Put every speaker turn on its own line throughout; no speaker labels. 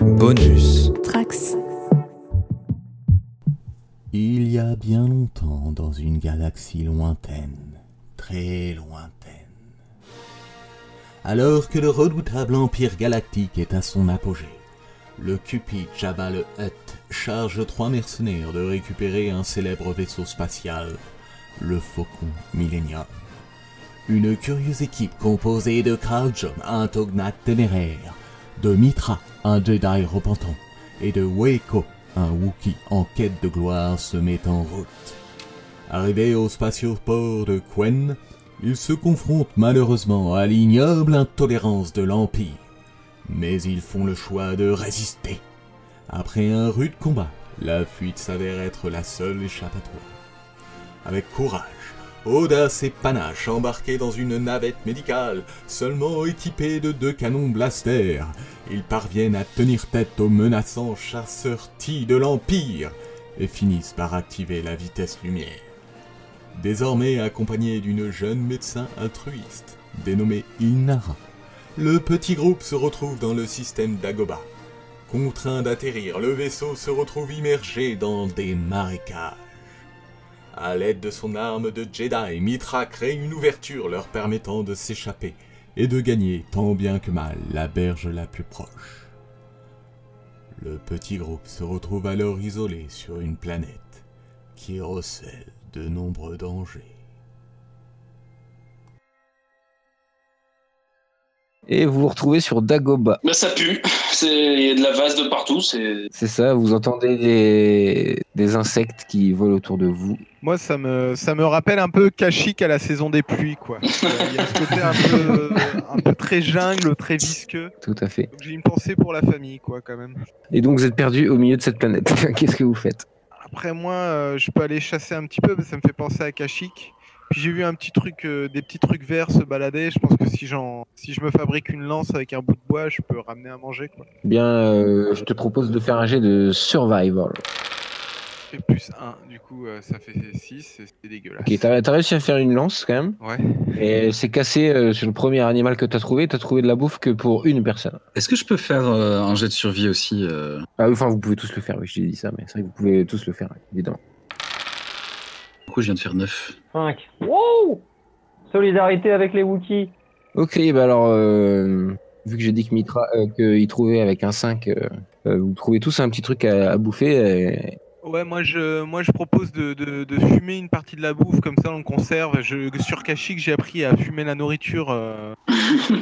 Bonus.
Trax.
Il y a bien longtemps, dans une galaxie lointaine, très lointaine, alors que le redoutable Empire galactique est à son apogée, le Cupid Jabba le Hutt charge trois mercenaires de récupérer un célèbre vaisseau spatial, le Faucon Millenium. Une curieuse équipe composée de Carl Jung, un tognat téméraire, de Mitra, un Jedi repentant, et de Weiko, un Wookiee en quête de gloire se met en route. Arrivés au spatioport de Quen, ils se confrontent malheureusement à l'ignoble intolérance de l'Empire. Mais ils font le choix de résister. Après un rude combat, la fuite s'avère être la seule échappatoire. Avec courage, audace et panache, embarqués dans une navette médicale, seulement équipée de deux canons blaster, ils parviennent à tenir tête aux menaçants chasseurs T de l'Empire et finissent par activer la vitesse lumière. Désormais accompagné d'une jeune médecin altruiste, dénommée Inara, le petit groupe se retrouve dans le système d'Agoba. Contraint d'atterrir, le vaisseau se retrouve immergé dans des marécages. À l'aide de son arme de Jedi, Mitra crée une ouverture leur permettant de s'échapper et de gagner tant bien que mal la berge la plus proche. Le petit groupe se retrouve alors isolé sur une planète qui recèle de nombreux dangers.
Et vous vous retrouvez sur Dagoba.
Bah, ça pue, C'est- il y a de la vase de partout, c'est...
C'est ça, vous entendez des, des insectes qui volent autour de vous.
Moi, ça me, ça me rappelle un peu Kashyyyk à la saison des pluies, quoi. Il y a- il y a ce côté un peu, euh, un peu très jungle, très visqueux.
Tout à fait.
Donc j'ai une pensée pour la famille, quoi, quand même.
Et donc vous êtes perdu au milieu de cette planète. Qu'est-ce que vous faites
Après, moi, euh, je peux aller chasser un petit peu, parce que ça me fait penser à Kashyyyk. Puis j'ai vu un petit truc, euh, des petits trucs verts se balader. Je pense que si, j'en- si je me fabrique une lance avec un bout de bois, je peux ramener à manger, quoi.
Bien, euh, je te propose de faire un jet de survival.
Et plus 1, du coup, euh, ça fait 6, c'est dégueulasse.
Ok, t'as t'as réussi à faire une lance quand même.
Ouais.
Et c'est cassé euh, sur le premier animal que t'as trouvé. T'as trouvé de la bouffe que pour une personne.
Est-ce que je peux faire euh, un jet de survie aussi euh
Ah, enfin, vous pouvez tous le faire. Oui, je t'ai dit ça, mais c'est vrai que vous pouvez tous le faire, évidemment.
Du coup, je viens de faire 9.
5. Wow Solidarité avec les Wookiees.
Ok, bah alors, euh, vu que j'ai dit que Mitra, euh, qu'il trouvait avec un 5, euh, euh, vous trouvez tous un petit truc à, à bouffer. et-
Ouais, moi je, moi je propose de, de, de fumer une partie de la bouffe, comme ça on le conserve. Je, sur Kashyyyk, j'ai appris à fumer la nourriture. euh.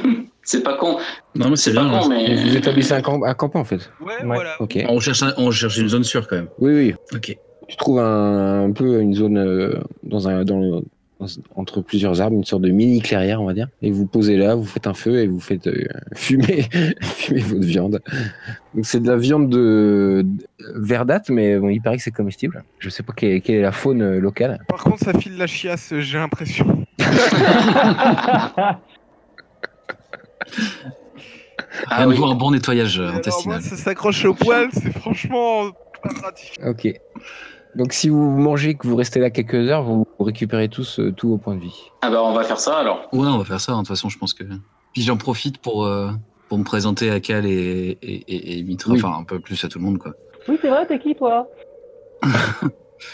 c'est pas con.
Ah, Non, mais c'est
pas
bien.
con,
là.
mais...
Vous établissez un, camp, un campement en fait.
Ouais,
Ouais.
voilà.
Ok.
On cherche, un- on cherche une zone sûre quand même.
Oui, oui.
Ok.
Tu trouves un, un peu une zone euh, dans un, dans le- dans- entre plusieurs arbres, une sorte de mini clairière, on va dire. Et vous posez là, vous faites un feu et vous faites euh, fumer, fumer votre viande. Donc c'est de la viande de, de- verdâtre, mais bon, il paraît que c'est comestible. Je sais pas quelle, quelle est la faune euh, locale.
Par contre, ça file la chiasse, j'ai l'impression.
Ah,
oui.
un bon nettoyage euh,
Alors, moi,
intestinal.
ça s'accroche au poil, c'est franchement pas pratique.
Ok. Donc si vous mangez, que vous restez là quelques heures, vous récupérez tous euh, tous vos points de vie.
Ah bah on va faire ça alors.
Ouais, on va faire ça. hein, De toute façon, je pense que. Puis j'en profite pour, euh, pour me présenter à Cal et, et, et- et Mitra.
Oui.
Enfin, un peu plus à tout le monde, quoi.
Oui, c'est vrai, t'es qui toi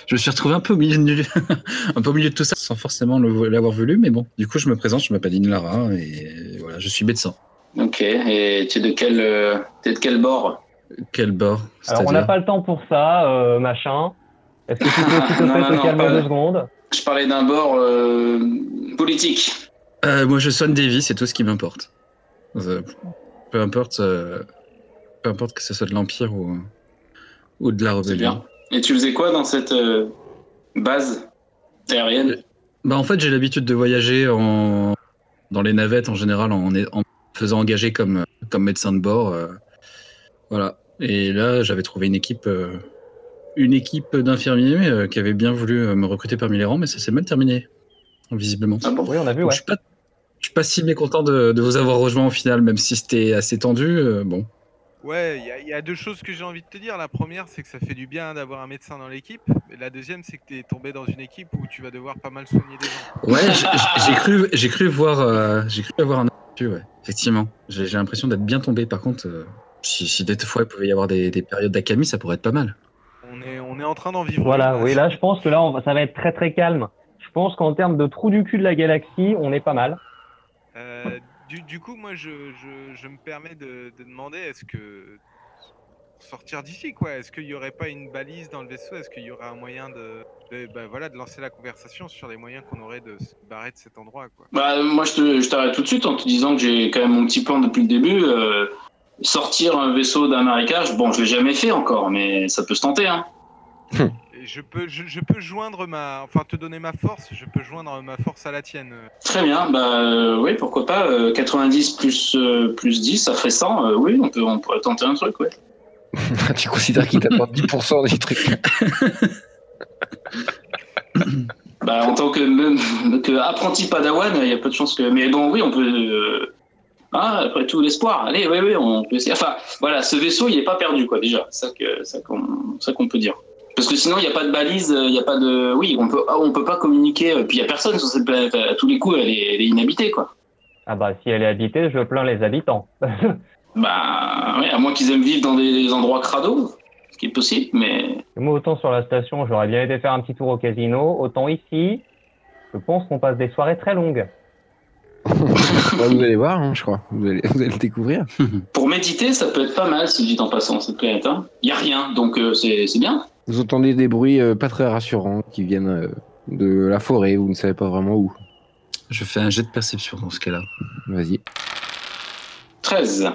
Je me suis retrouvé un peu au milieu de, un peu au milieu de tout ça sans forcément le- l'avoir voulu, mais bon. Du coup, je me présente, je m'appelle Inlara et voilà, je suis médecin.
Ok, et tu es de quel, euh, t'es de quel bord
Quel bord
Alors, on n'a
C'est-à-dire
pas le temps pour ça, euh, machin. Est-ce que tu peux s'il te
Non,
plaît,
non,
te
non,
calmer
pas-
deux secondes
Je parlais d'un bord euh, politique.
Euh, Moi, je sonne des vies, c'est tout ce qui m'importe. Euh, Peu importe, euh, peu importe que ce soit de l'Empire ou, ou de la
C'est
rébellion.
bien. Et tu faisais quoi dans cette euh, base aérienne
Bah, en fait, j'ai l'habitude de voyager en... dans les navettes en général en, est- en me faisant engager comme, comme médecin de bord. euh, Voilà. Et là, j'avais trouvé une équipe, euh, une équipe d'infirmiers euh, qui avait bien voulu euh, me recruter parmi les rangs, mais ça s'est mal terminé, visiblement.
Ah bon
Oui, on a vu,
Donc,
ouais.
je suis pas, je suis pas si mécontent de, de vous avoir rejoint au final, même si c'était assez tendu. euh, bon,
Ouais, il y a- il y, a deux choses que j'ai envie de te dire. La première, c'est que ça fait du bien d'avoir un médecin dans l'équipe. Et la deuxième, c'est que t'es tombé dans une équipe où tu vas devoir pas mal soigner des gens.
ouais, j'ai- j'ai j'ai cru, j'ai cru voir, euh, j'ai cru avoir un aperçu, ouais. Effectivement, j'ai j'ai l'impression d'être bien tombé. Par contre, euh, Si, si des fois il pouvait y avoir des, des périodes d'accalmie, ça pourrait être pas mal.
On est, on est en train d'en vivre.
Voilà,
une.
oui, là, je pense que là, on va- ça va être très très calme. Je pense qu'en termes de trou du cul de la galaxie, on est pas mal.
Euh, du, du coup, moi, je, je, je me permets de, de demander est-ce que. Sortir d'ici, quoi. Est-ce qu'il n'y aurait pas une balise dans le vaisseau Est-ce qu'il y aurait un moyen de. de- bah, voilà, de lancer la conversation sur les moyens qu'on aurait de se barrer de cet endroit, quoi.
Bah, moi, je te- je t'arrête tout de suite en te disant que j'ai quand même mon petit plan depuis le début. euh, sortir un vaisseau d'un marécage, bon, je l'ai jamais fait encore, mais ça peut se tenter. Hein.
Et je peux, je, je peux joindre ma. Enfin, te donner ma force, je peux joindre ma force à la tienne.
Très bien, bah euh, oui, pourquoi pas. euh, 90 plus, euh, plus 10, ça ferait 100. euh, oui, on, peut, on pourrait tenter un truc, ouais.
tu considères qu'il t'apporte 10% des trucs.
Bah, en tant que, même, que apprenti padawan, il y a peu de chances que. Mais bon, oui, on peut. euh, Ah, après tout, l'espoir. Allez, oui, oui, on peut essayer. Enfin, voilà, ce vaisseau, il n'est pas perdu, quoi, déjà. Ça que ça qu'on ça qu'on peut dire. Parce que sinon, il n'y a pas de balise, euh, il n'y a pas de. Oui, on peut, ah, on peut pas communiquer. euh, Puis il n'y a personne sur cette planète. À tous les coups, elle est, elle est inhabitée, quoi.
Ah bah, si elle est habitée, je plains les habitants.
Bah, ouais, à moins qu'ils aiment vivre dans des endroits crados, ce qui est possible, mais.
Moi, autant sur la station, j'aurais bien été faire un petit tour au casino, autant ici, je pense qu'on passe des soirées très longues.
Bah, vous allez voir, hein, je crois. Vous allez, vous allez le découvrir.
Pour méditer, ça peut être pas mal, si dit en passant, cette planète. Il n'y a rien, donc euh, c'est c'est bien.
Vous entendez des bruits euh, pas très rassurants qui viennent euh, de la forêt, vous ne savez pas vraiment où.
Je fais un jet de perception dans ce cas-là.
Vas-y.
13.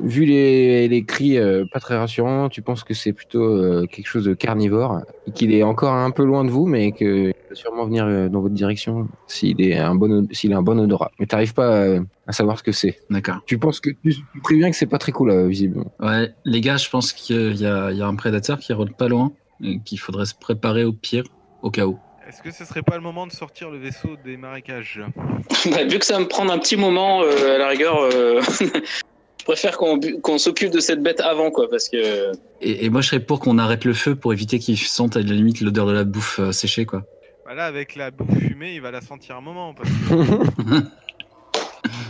Vu les, les cris euh, pas très rassurants, tu penses que c'est plutôt euh, quelque chose de carnivore, et qu'il est encore un peu loin de vous, mais qu'il va sûrement venir euh, dans votre direction s'il est un bon od- s'il a un bon odorat. Mais t'arrives pas euh, à savoir ce que c'est.
D'accord.
Tu penses que tu, tu préviens que c'est pas très cool euh, là, visiblement.
Ouais, les gars, je pense qu'il y a, il y a un prédateur qui rôde pas loin et qu'il faudrait se préparer au pire, au cas où.
Est-ce que ce serait pas le moment de sortir le vaisseau des marécages
Ouais, Bah, vu que ça va me prendre un petit moment, euh, à la rigueur, euh, je préfère qu'on bu- qu'on s'occupe de cette bête avant, quoi, parce que.
Et, et moi, je serais pour qu'on arrête le feu pour éviter qu'ils sentent à la limite l'odeur de la bouffe euh, séchée, quoi.
Voilà, Bah avec la bouffe fumée, il va la sentir un moment. Parce que...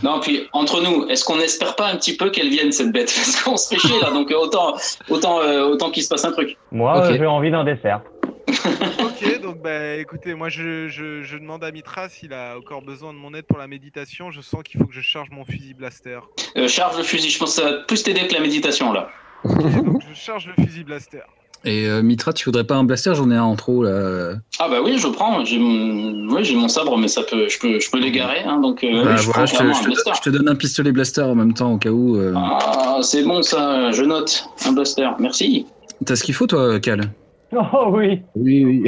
Non, puis entre nous, est-ce qu'on n'espère pas un petit peu qu'elle vienne cette bête Parce qu'on se fait chier là, donc euh, autant, autant, euh, autant qu'il se passe un truc.
Moi,
Ok.
euh, j'ai envie d'un dessert.
ok, donc bah écoutez, moi je, je, je demande à Mitra s'il a encore besoin de mon aide pour la méditation. Je sens qu'il faut que je charge mon fusil blaster.
Euh, charge le fusil, je pense que ça va plus t'aider que la méditation là.
Ok, donc je charge le fusil blaster.
Et euh, Mitra, tu voudrais pas un blaster J'en ai un en trop, là.
Ah bah oui, je prends, j'ai mon, oui, j'ai mon sabre, mais ça peut, je peux, je peux l'égarer, hein, donc euh,
Bah,
je
voilà,
prends
je, te,
clairement
je
un
te-
blaster.
je te donne un pistolet blaster en même temps, au cas où. euh.
Ah, c'est bon ça, je note, un blaster, merci.
T'as ce qu'il faut, toi, Cal
Oh oui,
Oui, oui.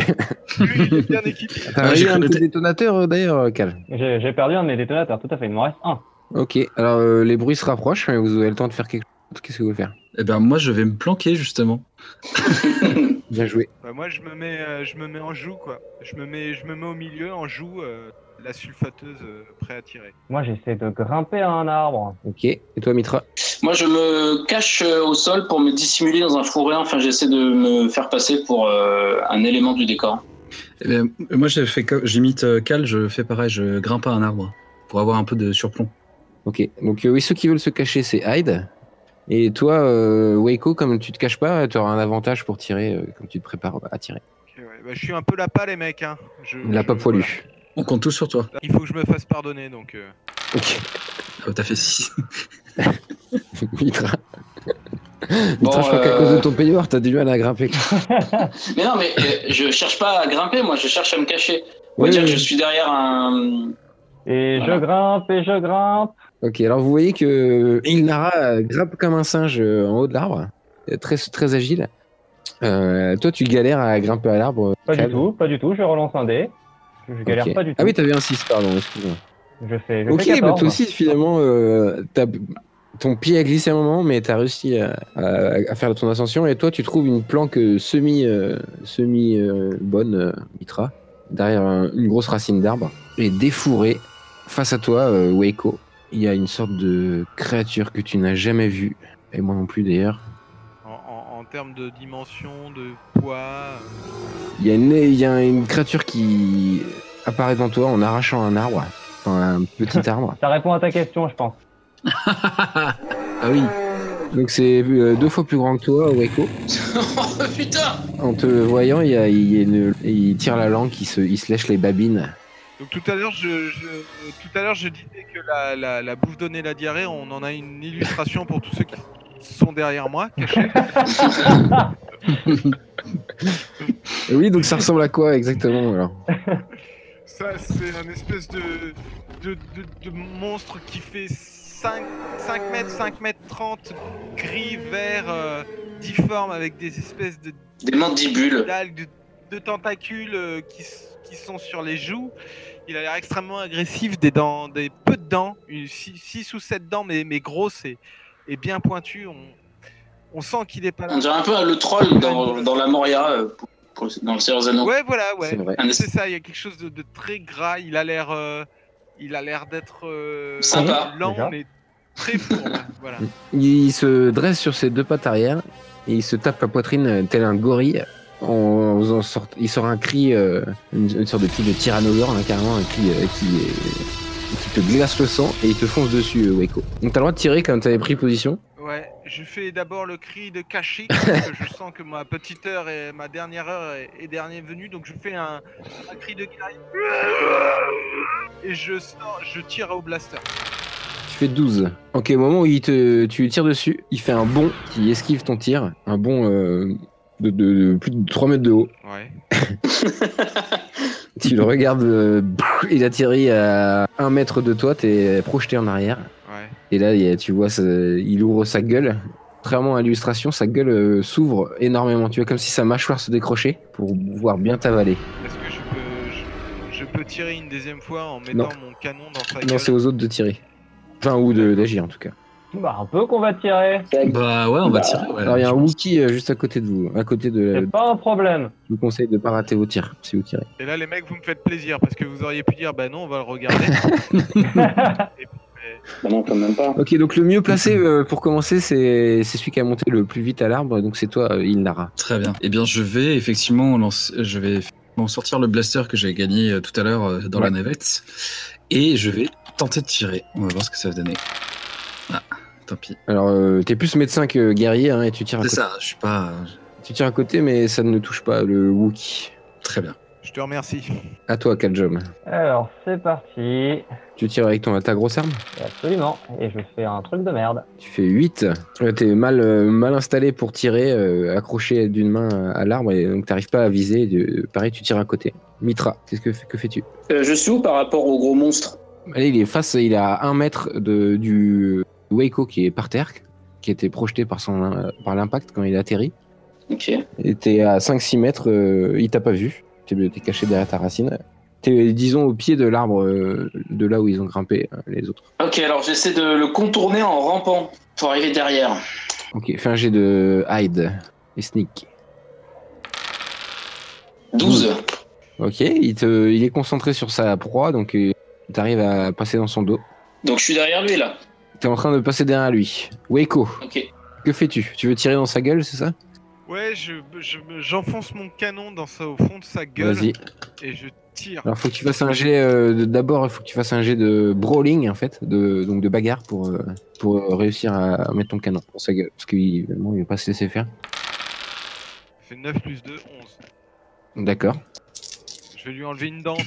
Lui, il est bien équipé.
T'as
Ah, j'ai
eu un
cru
petit
noter.
détonateur euh, d'ailleurs, euh, Cal.
j'ai j'ai perdu un de mes détonateurs, tout à fait, il m'en reste un.
Ok, alors euh, les bruits se rapprochent, mais vous avez le temps de faire quelque chose. Qu'est-ce que vous voulez faire
Eh ben, moi, je vais me planquer, justement.
Bien joué.
Bah, moi je me mets euh, je me mets en joue quoi. Je me mets je me mets au milieu en joue euh, la sulfateuse euh, prêt à tirer.
Moi, j'essaie de grimper à un arbre.
Ok, et toi Mitra
Moi, je me cache euh, au sol pour me dissimuler dans un fourré. Enfin, j'essaie de me faire passer pour euh, un élément du décor.
Eh ben, moi, j'ai fait co- j'imite euh, Cal, je fais pareil, je grimpe à un arbre pour avoir un peu de surplomb.
Ok, donc euh, oui, ceux qui veulent se cacher, c'est Hyde. Et toi, euh, Waco, comme tu te caches pas, tu auras un avantage pour tirer, euh, comme tu te prépares à tirer.
Ok, ouais. bah, je suis un peu la pas les mecs hein. Je,
La
je-
pas
voilà.
poilu.
On compte tous sur toi.
Il faut que je me fasse pardonner donc. euh.
Ok,
Ah, T'as fait 6.
Mitra.
Bon,
Mitra, je crois qu'à
euh,
cause de ton payoir, t'as du mal à grimper.
Mais non, mais euh, je cherche pas à grimper. Moi, je cherche à me cacher. On
Oui,
va dire que
oui.
je suis derrière un.
Et
Voilà.
je grimpe, et je grimpe.
Ok, alors vous voyez que Ilnara euh, grimpe comme un singe euh, en haut de l'arbre, Euh, très, très agile. Euh, toi, tu galères à grimper à l'arbre.
Pas du
Cal.
tout, pas du tout, je relance un dé. Je je galère
Ok.
pas du tout.
Ah oui, t'avais un 6, pardon, excuse-moi.
je fais, je
Ok,
fais
bah
14.
toi aussi, finalement, euh, t'as- ton pied a glissé un moment, mais t'as réussi à, à- à faire ton ascension. Et toi, tu trouves une planque euh, semi, euh, semi euh, bonne, euh, Mitra, derrière un- une grosse racine d'arbre. Et défourré, face à toi, euh, Waco, il y a une sorte de créature que tu n'as jamais vue. Et moi non plus, d'ailleurs.
En, en- en termes de dimension, de poids. euh,
Il y, a une- il y a une créature qui apparaît devant toi en arrachant un arbre, enfin un petit arbre.
Ça répond à ta question, je pense.
ah oui.
Donc c'est euh, deux fois plus grand que toi, Weko.
Oh putain
En te voyant, il, y a- il y a une- il tire la langue, il se, il se lèche les babines.
Donc tout à l'heure, je, je- tout à l'heure, je disais que la, la, la bouffe donnée la diarrhée, on en a une illustration pour tous ceux qui sont derrière moi, cachés.
Et oui, donc ça ressemble à quoi exactement alors
Ça, c'est un espèce de, de, de, de monstre qui fait 5, 5 mètres, 5 mètres 30, gris, vert, euh, difforme, avec des espèces de
Des mandibules.
d'algues, de, de tentacules euh, qui, s- qui sont sur les joues. Il a l'air extrêmement agressif, des dents, des peu de dents, 6 ou 7 dents, mais, mais grosses et, et bien pointues. On, on sent qu'il est pas là.
On dirait un peu le troll dans, dans la Moria, euh, pour- pour- dans le Seigneur des Anneaux.
Ouais, voilà, ouais.
C'est vrai.
Un
C'est ça, il y a quelque chose de, de très gras. Il a l'air, euh, il a l'air d'être euh,
Sympa,
lent,
déjà.
mais très fourbe. voilà.
Il, il se dresse sur ses deux pattes arrière et il se tape la poitrine euh, tel un gorille. En faisant sort- il sort un cri, euh, une, une sorte de cri de tyrannosaure, là, carrément, un cri euh, qui, est- qui te glace le sang et il te fonce dessus, euh, Weko. Donc t'as le droit de tirer quand t'avais pris position.
Ouais, je fais d'abord le cri de Kashyyyk, parce que je sens que ma petite heure et ma dernière heure est, est dernière venue, donc je fais un, un cri de guerrier. Et je sors, je tire au blaster.
Tu fais 12. Ok, au moment où il te, tu lui tires dessus, il fait un bond qui esquive ton tir, un bond euh, de, de- de plus de 3 mètres de haut.
Ouais.
Tu le regardes, euh, il atterrit à 1 mètre de toi, t'es projeté en arrière.
Ouais.
Et là, il y a- tu vois, ça- il ouvre sa gueule. Contrairement à l'illustration, sa gueule euh, s'ouvre énormément. Tu vois, comme si sa mâchoire se décrochait pour pouvoir bien t'avaler.
Est-ce que je peux, je, je peux tirer une deuxième fois en mettant mon canon dans sa
Non, c'est
gueule
aux autres de tirer. Enfin, ou de- d'agir en tout cas.
Bah, un peu qu'on va tirer.
Euh.
Bah ouais, on va
Bah,
tirer. ouais.
Alors, il y a un Wookie euh, juste à côté de vous. À côté de.
C'est pas un problème.
Je vous conseille de ne pas rater vos tirs si vous tirez.
Et là, les mecs, vous me faites plaisir, parce que vous auriez pu dire, bah non, on va le regarder.
Bah non, quand même pas.
Ok, donc le mieux placé euh, pour commencer, c'est c'est celui qui a monté le plus vite à l'arbre. Donc c'est toi, euh, Ilnara.
Très bien. Eh bien, je vais effectivement lancer- je vais effectivement sortir le blaster que j'ai gagné euh, tout à l'heure euh, dans la navette et je vais tenter de tirer. On va voir ce que ça va donner. Ah, tant pis.
Alors, euh, t'es plus médecin que guerrier hein, et tu tires, à
C'est
côté.
ça. Je suis pas euh,
tu tires à côté, mais ça ne touche pas le Wookie.
très bien.
je te remercie.
À toi, Kaljom.
Alors, c'est parti.
Tu tires avec ton, ta grosse arme
Absolument. Et je fais un truc de merde.
Tu fais 8. Euh, T'es mal, euh, mal installé pour tirer, euh, accroché d'une main à- à l'arbre, et donc t'arrives pas à viser. de- pareil, tu tires à côté. Mitra, qu'est-ce que, que fais-tu
Euh, je suis où par rapport au gros monstre
Allez, il est face, il est à 1 mètre de, du Waco qui est par terre, qui a été projeté par, son, euh, par l'impact quand il a atterri.
Ok.
Et t'es à 5-6 mètres, euh, il t'a pas vu. T'es t'es caché derrière ta racine. T'es, disons, au pied de l'arbre, euh, de là où ils ont grimpé, euh, les autres.
Ok, alors j'essaie de le contourner en rampant pour arriver derrière.
Ok, fais un jet de hide et sneak.
12.
Ok, il, te, il est concentré sur sa proie, donc euh, t'arrives à passer dans son dos.
Donc je suis derrière lui là.
T'es en train de passer derrière lui. Weko,
Ok.
que fais-tu Tu veux tirer dans sa gueule, c'est ça
Ouais, je, je- j'enfonce mon canon dans sa, au fond de sa gueule
Vas-y.
et je tire.
Alors faut que tu fasses un jet. euh, de- D'abord, il faut que tu fasses un jet de brawling en fait, de, donc de bagarre pour euh, pour euh, réussir à, à mettre ton canon dans sa gueule, parce qu'il bon, il va pas se laisser faire.
Ça fait 9 plus 2, 11.
D'accord.
Je vais lui enlever une dent.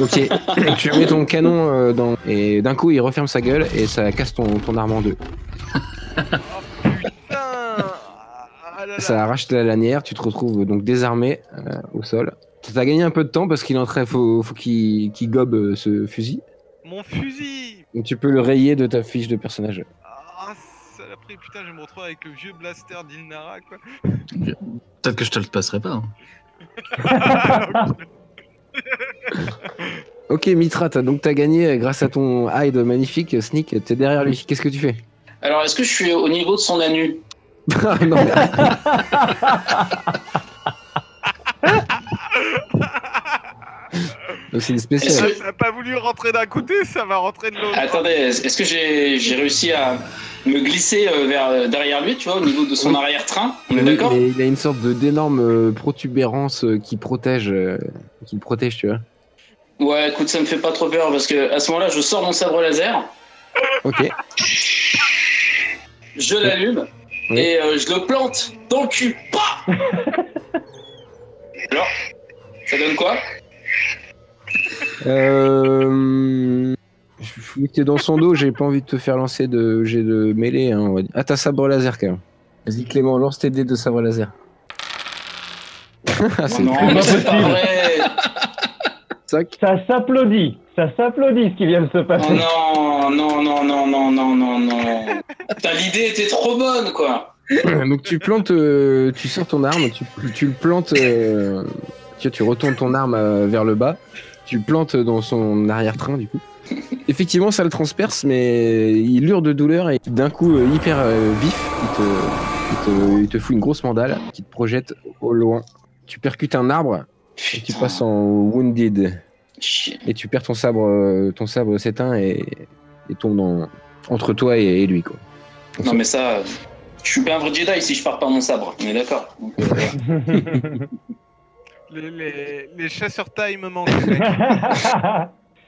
Ok. tu mets ton canon euh, dans et d'un coup il referme sa gueule et ça casse ton, ton arme en deux.
Oh putain Ah là là.
Ça arrache la lanière, tu te retrouves donc désarmé euh, au sol. T'as gagné un peu de temps parce qu'il est en train, faut, faut qu'il qu'il gobe euh, ce fusil.
Mon fusil
Donc tu peux le rayer de ta fiche de personnage.
Ah saloperie, putain, je vais me retrouve avec le vieux blaster d'Ilnara, quoi.
Peut-être que je te le passerai pas. hein.
Ok Mitra, t'as donc t'as gagné euh, grâce à ton hide magnifique, euh, Sneak, t'es derrière lui. Qu'est-ce que tu fais
Alors est-ce que je suis au niveau de son anus
Ah, non. Donc c'est une
Est-ce
spéciale.
que-
ça a pas voulu rentrer d'un côté, ça va rentrer de l'autre.
Attendez, est-ce que j'ai j'ai réussi à me glisser euh, vers derrière lui, tu vois, au niveau de son arrière-train On est
Oui,
d'accord
mais il a une sorte de d'énorme euh, protubérance euh, qui protège, euh, qui le protège, tu vois.
Ouais, écoute, ça me fait pas trop peur parce que à ce moment-là, je sors mon sabre laser
Ok.
je l'allume
Oui.
et euh, je le plante dans le cul. Pas Alors, ça donne quoi
Euh... je- Vu que t'es dans son dos, j'ai pas envie de te faire lancer de j'ai de mêlée. Hein, on va dire. Ah, t'as sabre laser quand même. Vas-y Clément, lance tes dés de sabre laser. Ah, c'est
Non,
très
mais
bon.
c'est pas vrai.
Cinq.
Ça s'applaudit, ça s'applaudit ce qui vient de se
Oh
passer.
non, non, non, non, non, non, non, non. Putain, l'idée était trop bonne, quoi.
Donc tu plantes, euh, tu sors ton arme, tu, tu le plantes, euh, tu, tu retournes ton arme euh, vers le bas, tu le plantes dans son arrière-train du coup. Effectivement, ça le transperce, mais il hurle de douleur et d'un coup euh, hyper euh, vif, il te, il, te, il te fout une grosse mandale qui te projette au loin. Tu percutes un arbre et tu
Putain,
passes en wounded
chier.
et tu perds ton sabre, euh, ton sabre s'éteint et, et tombe dans- entre toi et, et lui quoi.
Non, mais ça, je suis pas un vrai Jedi si je pars par mon sabre. On est d'accord. Donc, euh,
Oh
voilà.
Les, les- les chasseurs taille me manquent.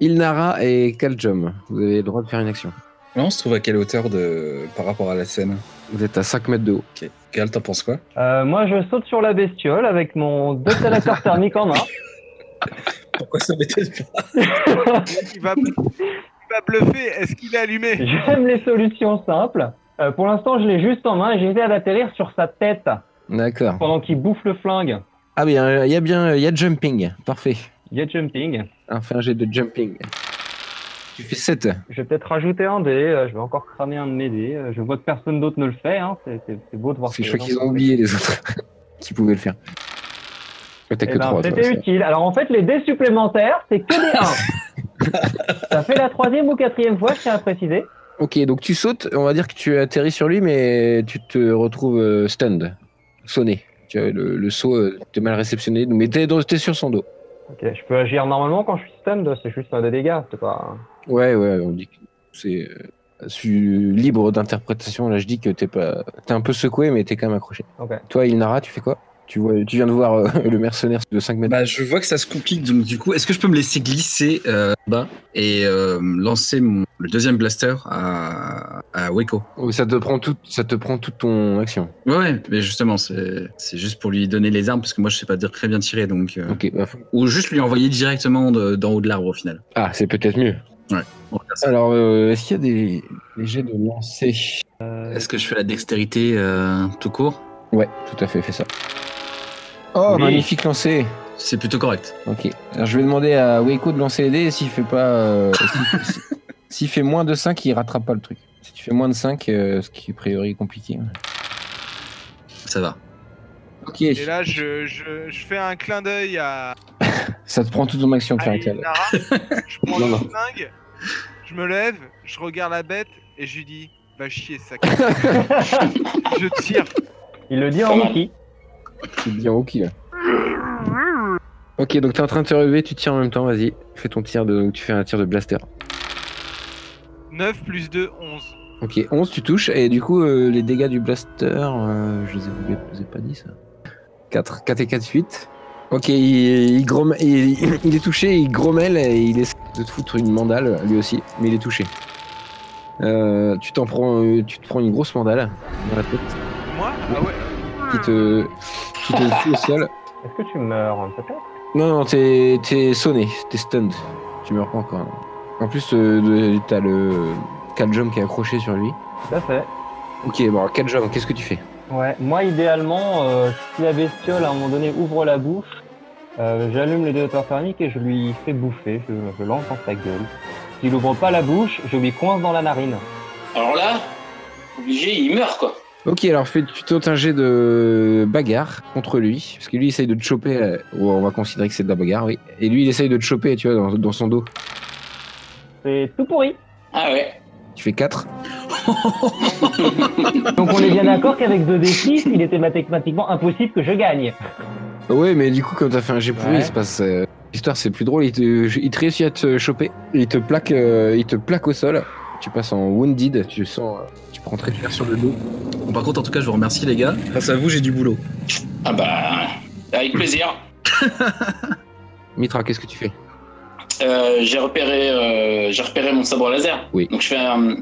Ilnara et Kaljom, vous avez le droit de faire une action.
Là, on se trouve à quelle hauteur de... par rapport à la scène
Vous êtes à 5 mètres de haut.
Ok. Gal, t'en penses quoi
Euh, moi, je saute sur la bestiole avec mon détonateur thermique en main.
Pourquoi ça m'étonne pas
Il va, il va bluffer. Est-ce qu'il est allumé
J'aime les solutions simples. Euh, pour l'instant, je l'ai juste en main et j'essaie d'atterrir sur sa tête
D'accord.
pendant qu'il bouffe le flingue.
Ah, mais euh, il y a bien il y a jumping. Parfait.
Il y a jumping.
On fait un jet de jumping. Tu fais 7.
Je vais peut-être rajouter un dé. euh, je vais encore cramer un de mes dés. euh, je vois que personne d'autre ne le fait. hein, C'est c'est- c'est beau de voir
Parce que
que
je
les
crois
gens
qu'ils ont
font ça.
oublié les autres qui pouvaient le faire. Mais T'as
Eh
que
ben,
3.
C'était utile. Alors en fait, les dés supplémentaires, c'est que des 1. ça fait la troisième ou quatrième fois, je tiens à préciser.
Ok, donc tu sautes. On va dire que tu atterris sur lui, mais tu te retrouves euh, stunned, sonné. Tu as le, le saut, euh, t'es mal réceptionné, mais t'es dans- t'es sur son dos.
Ok, je peux agir normalement quand je suis stunned, c'est juste un des dégâts, c'est pas... hein.
Ouais, ouais, on dit que c'est euh, su- libre d'interprétation. Là, je dis que t'es pas, t'es un peu secoué, mais t'es quand même accroché.
Ok.
Toi, Ilnara, tu fais quoi tu, vois, tu viens de voir euh, le mercenaire de 5 mètres.
Bah, je vois que ça se complique, donc du coup, est-ce que je peux me laisser glisser euh, bas et euh, lancer mon- le deuxième blaster à, à Weko
Oh, Ça te prend tout, ça te prend toute ton action.
Ouais, ouais, mais justement, c'est c'est juste pour lui donner les armes, parce que moi, je sais pas dire très bien tirer, donc... euh,
Ok. bah, faut-
Ou juste lui envoyer directement de- d'en haut de l'arbre, au final.
Ah, c'est peut-être mieux.
On va faire ça.
Alors, euh, est-ce qu'il y a des, des jets de lancer
Est-ce que je fais la dextérité euh, tout court
Ouais, tout à fait, fais ça. Oh,
Oui.
magnifique lancer.
C'est plutôt correct.
Ok. Alors, je vais demander à Weiko de lancer les dés. et S'il fait pas, euh, s'il- s'il- s'il fait moins de 5, il rattrape pas le truc. Si tu fais moins de 5, euh, ce qui est a priori compliqué.
Ça va.
Ok.
Et là, je, je, je fais un clin d'œil à,
Ça te prend toute ton action,
à
Clerical.
Elinara. Je prends
Non,
le
non.
flingue, je me lève, je regarde la bête et je lui dis Va chier, sac. je tire.
Il le dit en
Pas mal.
wiki.
C'est bien ok là. Ok, donc t'es en train de te relever, tu tires en même temps, vas-y. Fais ton tir de. donc tu fais un tir de blaster.
9 plus 2, 11.
Ok, 11, tu touches, et du coup, euh, les dégâts du blaster, euh, je les ai, je les ai pas dit ça. 4, 4 et 4, 8. Ok, il, il gromme- il- il est touché, il grommelle, et il essaie de te foutre une mandale, lui aussi, mais il est touché. Euh, tu t'en prends, euh, tu te prends une grosse mandale dans la tête
Moi Ah ouais
qui te, qui te fout au sol.
Est-ce que tu meurs, hein, peut-être
Non, non, t'es t'es sonné, t'es stunned. Tu meurs pas encore. En plus, euh, de- t'as le Kaljom qui est accroché sur lui.
Tout à fait.
Ok, bon, Kaljom, qu'est-ce que tu fais
Ouais, moi idéalement, euh, si la bestiole à un moment donné ouvre la bouche, euh, j'allume les détecteurs thermiques et je lui fais bouffer, je, je lance dans sa gueule. S'il ouvre pas la bouche, je lui coince dans la narine.
Alors là, obligé, il meurt, quoi.
Ok, alors fais, tu tentes un jet de bagarre contre lui, parce que lui il essaye de te choper, euh, ou on va considérer que c'est de la bagarre, oui. Et lui il essaye de te choper, tu vois, dans, dans son dos.
C'est tout pourri.
Ah ouais.
Tu fais 4.
Donc on est bien d'accord qu'avec 2d6, il était mathématiquement impossible que je gagne.
Ouais, mais du coup, comme t'as fait un jet pourri,
Ouais.
il se passe. euh, L'histoire c'est plus drôle, il te, il te réussit à te choper, il te plaque, euh, il te plaque au sol. Tu passes en wounded, tu sens, euh, tu prends très cher sur le dos.
Bon, par contre, en tout cas, je vous remercie, les gars. Grâce à vous, j'ai du boulot.
Ah bah, avec plaisir.
Mitra, qu'est-ce que tu fais
Euh, j'ai repéré, euh, j'ai repéré mon sabre laser.
Oui.
Donc je fais un,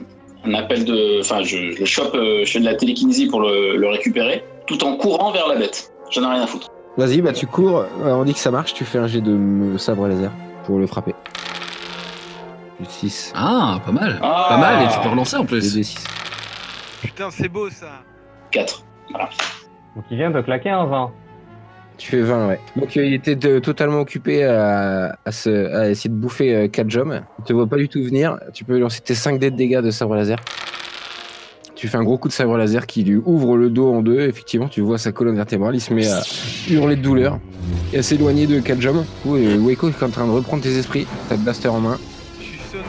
un appel de. Enfin, je, je le chope, euh, je fais de la télékinésie pour le, le récupérer, tout en courant vers la bête. J'en ai rien à foutre.
Vas-y, bah tu cours, euh, on dit que ça marche, tu fais un jet de euh, sabre laser pour le frapper. Du 6.
Ah, pas mal.
Ah,
Pas mal, et tu peux relancer en plus.
6.
Putain, c'est beau ça.
4. Voilà.
Donc il vient de claquer un 20.
Tu fais 20, ouais. Donc euh, il était de- totalement occupé à, à se- à essayer de bouffer 4 jobs. Il te voit pas du tout venir. Tu peux lancer tes 5 dés de dégâts de sabre laser. Tu fais un gros coup de sabre laser qui lui ouvre le dos en deux. Effectivement, tu vois sa colonne vertébrale. Il se met à hurler de douleur et à s'éloigner de 4 jobs. Du coup, euh, Waco est en train de reprendre tes esprits. T'as le blaster en main.
Je suis sonné.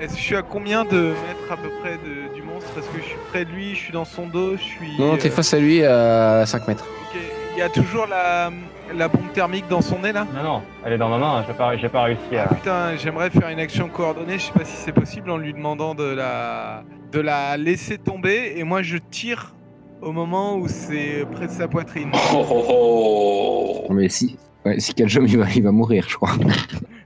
Est-ce que je suis à combien de mètres à peu près de- du monstre Est-ce que je suis près de lui Je suis dans son dos Je suis.
Non, non, t'es
euh,
face à lui à 5 mètres.
ok. Il y a toujours la, la bombe thermique dans son nez là
Non, non, elle est dans ma main, hein, j'ai pas, j'ai pas réussi à.
Ah putain, j'aimerais faire une action coordonnée, je sais pas si c'est possible, en lui demandant de la, de la laisser tomber, et moi je tire au moment où c'est près de sa poitrine.
Oh, oh, oh.
Non, mais si. Ouais, si 4 jobs, il va, il va mourir, je crois.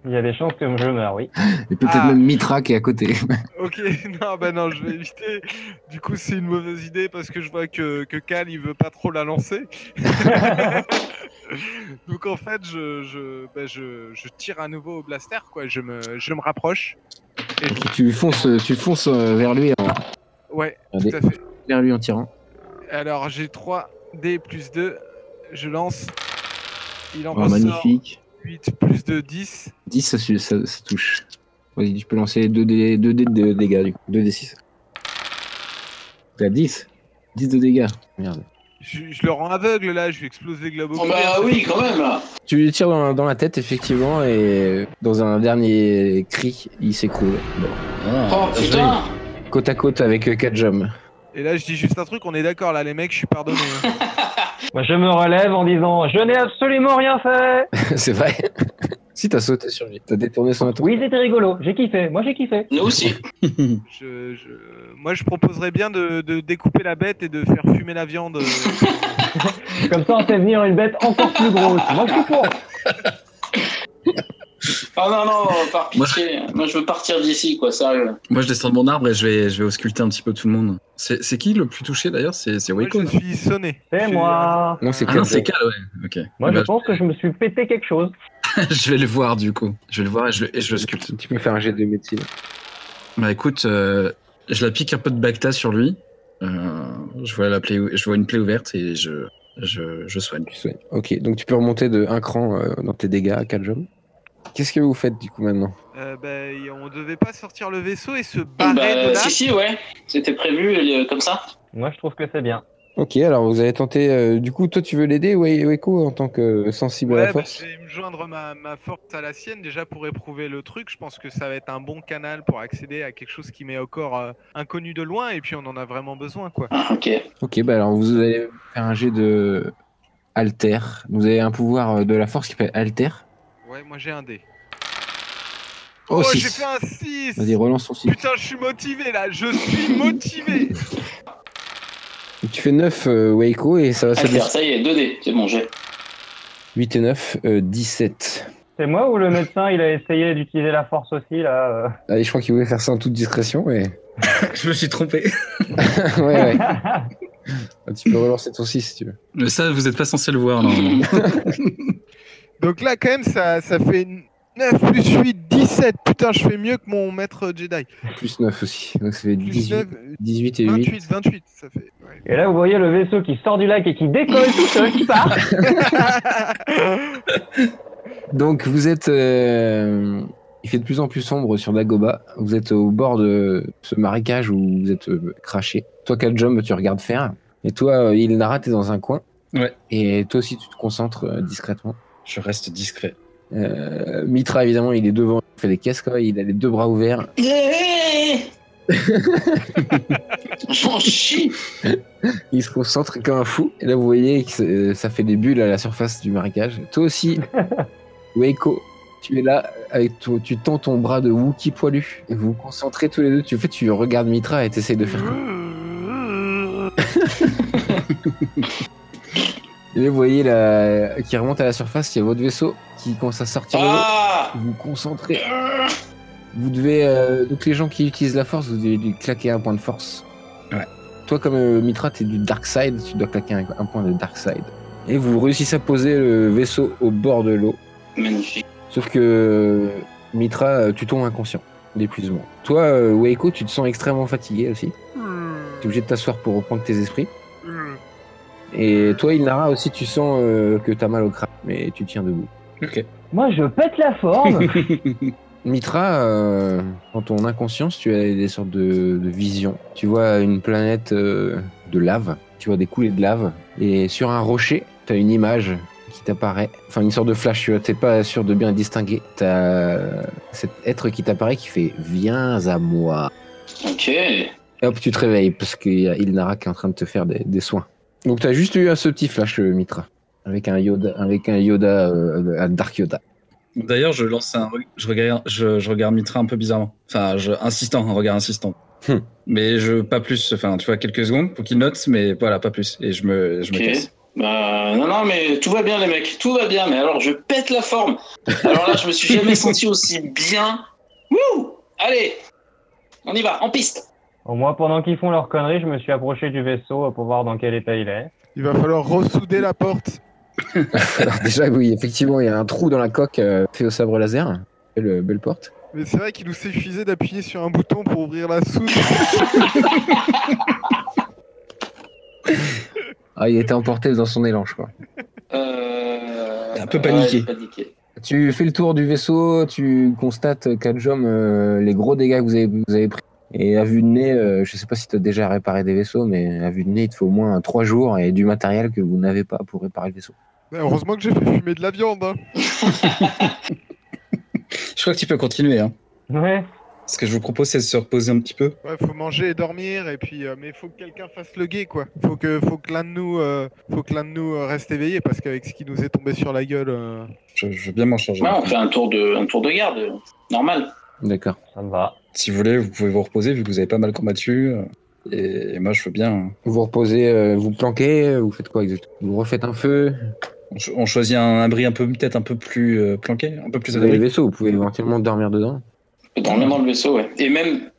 Il y a des chances que je meure, oui.
Et peut-être
Ah.
même Mitra qui est à côté.
ok, non, bah non, je vais éviter. Du coup, c'est une mauvaise idée parce que je vois que, que Cal il veut pas trop la lancer. Donc en fait, je, je, bah, je, je tire à nouveau au blaster, quoi. Je me, je me rapproche.
tu fonces, tu fonces euh, vers lui, en,
Ouais,
Allez.
tout à fait.
vers lui en tirant.
Alors j'ai 3 D plus 2, je lance. Il en
Oh,
ressort
magnifique.
8 plus 2, 10.
10, ça, su- ça- ça touche. Vas-y, tu peux lancer 2 dés, 2 dés de dégâts, du coup. 2 dés 6. T'as 10 10 de dégâts. Merde.
Je, je le rends aveugle là, je lui explose les globes
Oh, bah oui, quand même. là.
Tu lui tires dans, dans la tête, effectivement, et dans un dernier cri, il s'écroule.
Oh,
Ah, bien joué.
putain.
Côte à côte avec euh, 4 jumps.
Et là je dis juste un truc, on est d'accord là les mecs, je suis pardonné. hein.
Moi, je me relève en disant Je n'ai absolument rien fait
C'est vrai. si, t'as sauté sur lui. T'as détourné son atout.
Oui, c'était rigolo, j'ai kiffé, moi j'ai kiffé.
Nous aussi.
Je- je- Moi je proposerais bien de, de découper la bête et de faire fumer la viande. euh.
Comme ça, on fait venir une bête encore plus grosse. Moi, je suis pour.
Oh non, non, par pitié. Moi, je veux partir d'ici, quoi, euh, sérieux.
Moi, je descends de mon arbre et je vais, je vais ausculter un petit peu tout le monde. C'est c'est qui le plus touché d'ailleurs C'est c'est
Moi,
Waco.
je
non
suis sonné.
C'est
Je-
moi.
Non, c'est
Ah non,
Cal.
c'est Cal, ouais. Ok.
Moi, je
Bah,
pense que je me suis pété quelque chose.
je vais le voir du coup. Je vais le voir et je le, et je le sculpte.
Tu peux faire un jet de médecine.
Bah écoute, euh, je la pique un peu de Bacta sur lui. Euh, je, vois la plaie, ou- je vois une plaie ouverte et je, je, je soigne.
Tu soignes. Ok, donc tu peux remonter de un cran euh, dans tes dégâts à 4 jumps. Qu'est-ce que vous faites du coup maintenant
Euh, bah, y- on devait pas sortir le vaisseau et se barrer de
Bah,
là.
si, si, ouais. C'était prévu euh, comme ça.
Moi, je trouve que c'est bien.
Ok, alors vous allez tenter. euh, du coup, toi, tu veux l'aider, Wei- Weiko, en tant que euh, sensible à
Ouais,
la
bah,
force
je vais me joindre ma, ma force à la sienne déjà pour éprouver le truc. Je pense que ça va être un bon canal pour accéder à quelque chose qui m'est encore euh, inconnu de loin et puis on en a vraiment besoin quoi.
Ah, ok.
Ok, bah alors vous allez faire un jet de alter. Vous avez un pouvoir euh, de la force qui s'appelle alter.
Ouais, moi j'ai un dé.
Oh,
oh
six.
j'ai fait un 6
Vas-y, relance ton 6.
Putain, je suis motivé là, je suis motivé.
Tu fais 9, euh, Weiko, et ça va se
Alter,
faire
ça y est, 2D. C'est bon, j'ai.
8 et euh, 9, 17.
C'est moi ou le médecin, il a essayé d'utiliser la force aussi, là euh
Allez, je crois qu'il voulait faire ça en toute discrétion, mais.
je me suis trompé.
ouais, ouais. Ah, tu peux relancer ton 6 si tu veux.
Mais ça, vous n'êtes pas censé le voir normalement.
Donc là quand même ça ça fait 9 plus 8 17. Putain, je fais mieux que mon maître Jedi.
Plus 9 aussi. Donc ça fait
Plus 9
18, 18 et 8.
28 28 ça fait. ouais.
Et là, vous voyez le vaisseau qui sort du lac et qui décolle tout seul, qui part.
Donc vous êtes. euh, il fait de plus en plus sombre sur Dagoba. Vous êtes au bord de ce marécage où vous êtes euh, craché. Toi, Kaljom, tu regardes faire. Et toi, euh, il Nara, t'es dans un coin.
Ouais.
Et toi aussi, tu te concentres euh, discrètement.
je reste discret.
Euh, Mitra, évidemment, il est devant. Il fait des caisses, quoi. Il a les deux bras ouverts.
J'en chie.
Il se concentre comme un fou. Et là, vous voyez que c'est- euh, ça fait des bulles à la surface du marécage. Toi aussi, Weiko, tu es là, avec ton- tu tends ton bras de Wookie poilu. Et vous vous concentrez tous les deux. Tu fais, tu regardes Mitra et t'essayes de
Mmh.
faire. Et là, vous voyez la... qui remonte à la surface. Il y a votre vaisseau qui commence à sortir. de l'eau.
Ah
Vous vous concentrez. Vous devez. euh, donc, les gens qui utilisent la force, vous devez lui claquer un point de force.
Ouais.
Toi, comme euh, Mitra, t'es du Dark Side, tu dois claquer un, un point de Dark Side. Et vous réussissez à poser le vaisseau au bord de l'eau.
Magnifique.
Sauf que euh, Mitra, euh, tu tombes inconscient d'épuisement. Toi, euh, Weiko, tu te sens extrêmement fatigué aussi. Tu es obligé de t'asseoir pour reprendre tes esprits. Et toi, Ilnara aussi, tu sens euh, que t'as mal au crâne, mais tu tiens debout.
Ok.
Moi, je pète la forme.
Mitra, euh, dans ton inconscience, tu as des sortes de, de visions. Tu vois une planète euh, de lave, tu vois des coulées de lave, et sur un rocher, tu as une image qui t'apparaît, enfin une sorte de flash, tu vois, t'es pas sûr de bien distinguer. Tu as cet être qui t'apparaît qui fait Viens à moi.
Ok.
Et hop, tu te réveilles parce qu'il y a Ilnara qui est en train de te faire des, des soins. Donc tu as juste eu ce petit flash, euh, Mitra, avec un Yoda, avec un Yoda, euh, un Dark Yoda.
D'ailleurs, je lance un. re- Je regarde, je, je regarde Mitra un peu bizarrement. Enfin, je, insistant, un regard insistant.
Hmm.
Mais je, pas plus. Enfin, tu vois, quelques secondes pour qu'il note, mais voilà, pas plus. Et je me, je
Ok.
me casse.
Bah, non, non, mais tout va bien, les mecs. Tout va bien. Mais alors, je pète la forme. Alors là, je me suis jamais senti aussi bien. Wouh Allez, on y va, en piste.
Au moins, pendant qu'ils font leur connerie, je me suis approché du vaisseau pour voir dans quel état il est.
Il va falloir ressouder la porte.
Alors déjà, oui, effectivement, il y a un trou dans la coque euh, fait au sabre laser. Belle, belle porte.
Mais c'est vrai qu'il nous suffisait d'appuyer sur un bouton pour ouvrir la soude.
Ah, il était emporté dans son élan, je crois.
Euh...
T'as un peu paniqué.
ouais, j'ai paniqué.
Tu fais le tour du vaisseau, tu constates qu'à Jom, euh, les gros dégâts que vous avez, vous avez pris. Et à vue de nez, euh, je sais pas si tu as déjà réparé des vaisseaux, mais à vue de nez, il te faut au moins trois jours et du matériel que vous n'avez pas pour réparer le vaisseau.
Mais heureusement que j'ai fait fumer de la viande. hein.
Je crois que tu peux continuer. Hein.
Ouais.
Ce que je vous propose, c'est de se reposer un petit peu.
Ouais, faut manger et dormir, et puis euh, mais faut que quelqu'un fasse le guet quoi. Faut que faut que l'un de nous euh, faut que l'un de nous euh, reste éveillé parce qu'avec ce qui nous est tombé sur la gueule. euh,
Je, je veux bien m'en charger.
Ouais, on fait un tour de, un tour de garde. Normal.
D'accord.
Ça me va.
Si vous voulez, vous pouvez vous reposer vu que vous avez pas mal combattu. euh, Et, et moi, je veux bien. hein.
Vous reposez, euh, vous planquez, euh, vous faites quoi exactement Vous refaites un feu
On, cho- on choisit un abri un peu peut-être un peu plus euh, planqué, un peu plus
Vous
à
avez le
l'abri.
vaisseau, vous pouvez éventuellement dormir dedans.
On peut dormir dans le vaisseau, ouais. Et même,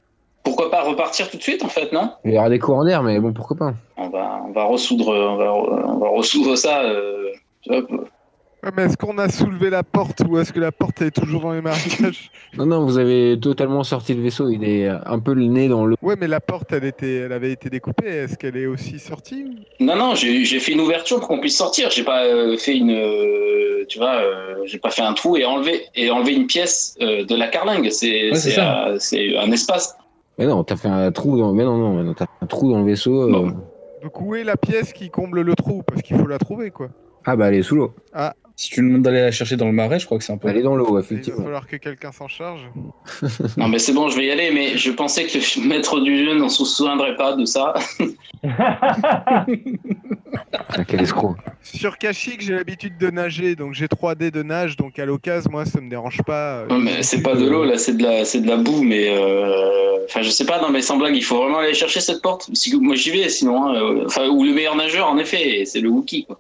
pourquoi pas repartir tout de suite, en fait, non
Il y aura des courants d'air, mais bon, pourquoi pas
on va, on va ressoudre, on va, on va ressoudre ça. euh, hop.
Ouais, Ah, mais est-ce qu'on a soulevé la porte ou est-ce que la porte est toujours dans les marécages
Non, non, vous avez totalement sorti le vaisseau. Il est euh, un peu le nez dans l'eau.
Ouais, mais la porte elle était elle avait été découpée. Est-ce qu'elle est aussi sortie
Non, non, j'ai j'ai fait une ouverture pour qu'on puisse sortir. J'ai pas euh, fait une, euh, tu vois, euh, j'ai pas fait un trou et enlevé et enlevé une pièce euh, de la carlingue. C'est
Ouais, c'est
c'est
ça.
un- c'est un espace.
Mais non, t'as fait un trou dans. Mais non, non, mais non, t'as fait un trou dans le vaisseau. euh.
Non.
Donc où est la pièce qui comble le trou Parce qu'il faut la trouver quoi.
Ah bah elle est sous l'eau.
Si tu nous demandes d'aller la chercher dans le marais, je crois que c'est un peu.
Elle est dans l'eau,
Il va
effectivement.
falloir que quelqu'un s'en charge.
Non, mais c'est bon, je vais y aller. Mais je pensais que maître du jeu n'en se souviendrait pas de ça.
Ah, quel escroc.
Sur Kashyyyk, j'ai l'habitude de nager, donc j'ai 3 d de nage, donc à l'occasion, moi, ça me dérange pas. euh,
Non, mais c'est pas de l'eau là, c'est de la, c'est de la boue. Mais euh, enfin, je sais pas. Non, mais sans blague, il faut vraiment aller chercher cette porte. Si- moi, j'y vais. Sinon, hein, euh, enfin, ou le meilleur nageur, en effet, c'est le Wookie. quoi.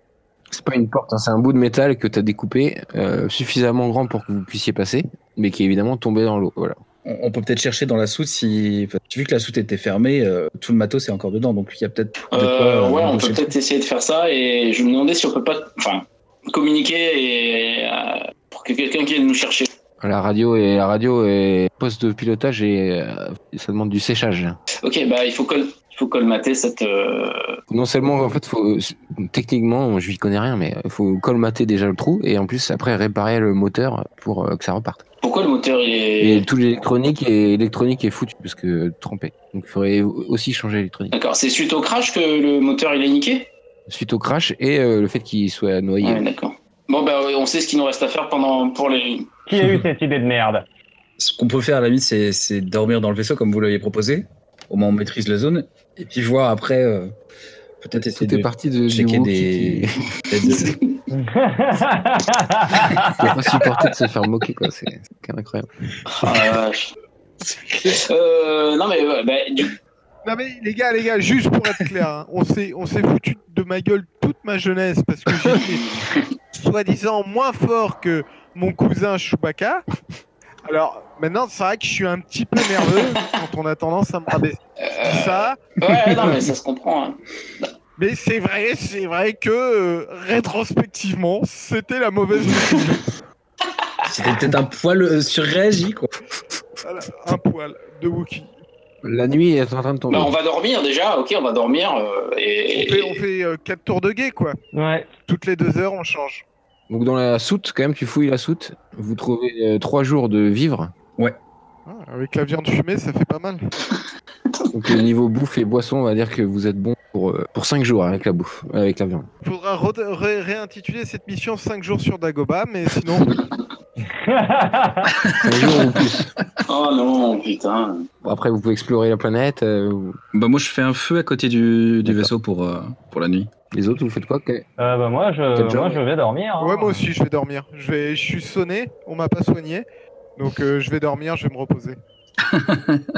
C'est pas une porte, hein, c'est un bout de métal que t'as découpé euh, suffisamment grand pour que vous puissiez passer, mais qui est évidemment tombé dans l'eau. Voilà.
On, on peut peut-être chercher dans la soute si. enfin, vu que la soute était fermée, euh, tout le matos est encore dedans, donc il y a peut-être. de
Euh,
quoi, euh,
ouais, on peut
boucher.
peut-être essayer de faire ça. Et je me demandais si on peut pas, enfin, communiquer et, euh, pour que quelqu'un vienne nous chercher.
La radio et la radio et poste de pilotage et euh, ça demande du séchage.
Ok, bah il faut col, il faut colmater cette. euh,
Non seulement en fait faut techniquement je n'y connais rien mais euh, faut colmater déjà le trou et en plus après réparer le moteur pour euh, que ça reparte.
Pourquoi le moteur il est.
Et tout l'électronique et électronique est foutu parce que trempé. Donc il faudrait aussi changer l'électronique.
D'accord, c'est suite au crash que le moteur il est niqué.
Suite au crash et euh, le fait qu'il soit noyé.
Ouais, d'accord. Bon bah ouais, on sait ce qu'il nous reste à faire pendant pour les.
Qui a eu cette idée de merde
Ce qu'on peut faire à la limite, c'est c'est dormir dans le vaisseau comme vous l'aviez proposé. Au moins, on maîtrise la zone. Et puis voir après, euh, peut-être essayer
Tout est
de.
parti de du
checker
Wookie
des-
qui-
peut-être-
qui n'a pas supporté de se faire moquer quoi. C'est c'est quand même incroyable.
Ah, la vache. euh, non mais ouais, bah, du...
Non mais les gars, les gars, juste pour être clair, hein, on s'est on s'est foutu de ma gueule toute ma jeunesse parce que j'étais soi-disant moins fort que mon cousin Chewbacca. Alors, maintenant, c'est vrai que je suis un petit peu nerveux quand on a tendance à me rabaisser. Je dis ça,
Ouais, non, mais ça se comprend. hein.
mais c'est vrai, c'est vrai que euh, rétrospectivement, c'était la mauvaise décision.
C'était peut-être un poil euh, surréagi, quoi.
Voilà, un poil de Wookie.
La nuit est en train de tomber.
Bah, on va dormir déjà, ok, on va dormir. euh, et,
On fait, on fait euh, quatre tours de guet, quoi.
Ouais.
Toutes les deux heures, on change.
Donc dans la soute, quand même, tu fouilles la soute. Vous trouvez euh, trois jours de vivres.
Ah, avec la viande fumée, ça fait pas mal.
Donc euh, niveau bouffe et boisson, on va dire que vous êtes bon pour, euh, pour cinq jours avec la bouffe, avec la viande.
Il faudra re- ré- réintituler cette mission 5 jours sur Dagoba, mais sinon,
Cinq jours ou plus.
Oh non, putain.
Après, vous pouvez explorer la planète. euh, vous-
Bah, moi, je fais un feu à côté du, du
D'accord.
vaisseau pour, euh, pour la nuit.
Les autres, vous faites quoi que-
Euh, bah, moi,
Quel
je,
genre,
moi, je vais dormir. hein.
ouais, moi aussi, je vais dormir. Je, vais, je suis sonné, on m'a pas soigné. Donc, euh, je vais dormir, je vais me reposer.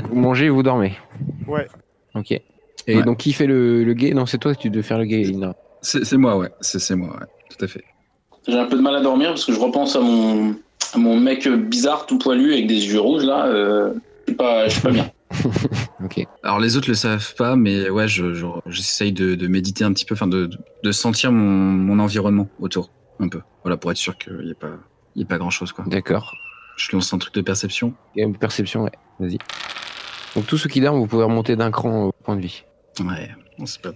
Vous mangez et vous dormez.
Ouais.
Ok. Et donc qui fait le, le guet Non, c'est toi qui dois faire le guet, Indra.
C'est c'est moi, ouais. C'est c'est moi, ouais. Tout à fait.
J'ai un peu de mal à dormir parce que je repense à mon, à mon mec bizarre, tout poilu, avec des yeux rouges, là. euh, je suis pas, je suis pas bien.
Ok.
Alors les autres le savent pas, mais ouais, je- je- j'essaye de, de méditer un petit peu, enfin de, de sentir mon, mon environnement autour, un peu. Voilà, pour être sûr qu'il n'y ait pas, il y ait pas grand chose quoi.
D'accord.
Je lance un truc de perception.
Et perception, ouais. Vas-y. Donc tous ceux qui dorment, vous pouvez remonter d'un cran au point de vie.
Ouais, non, c'est pas,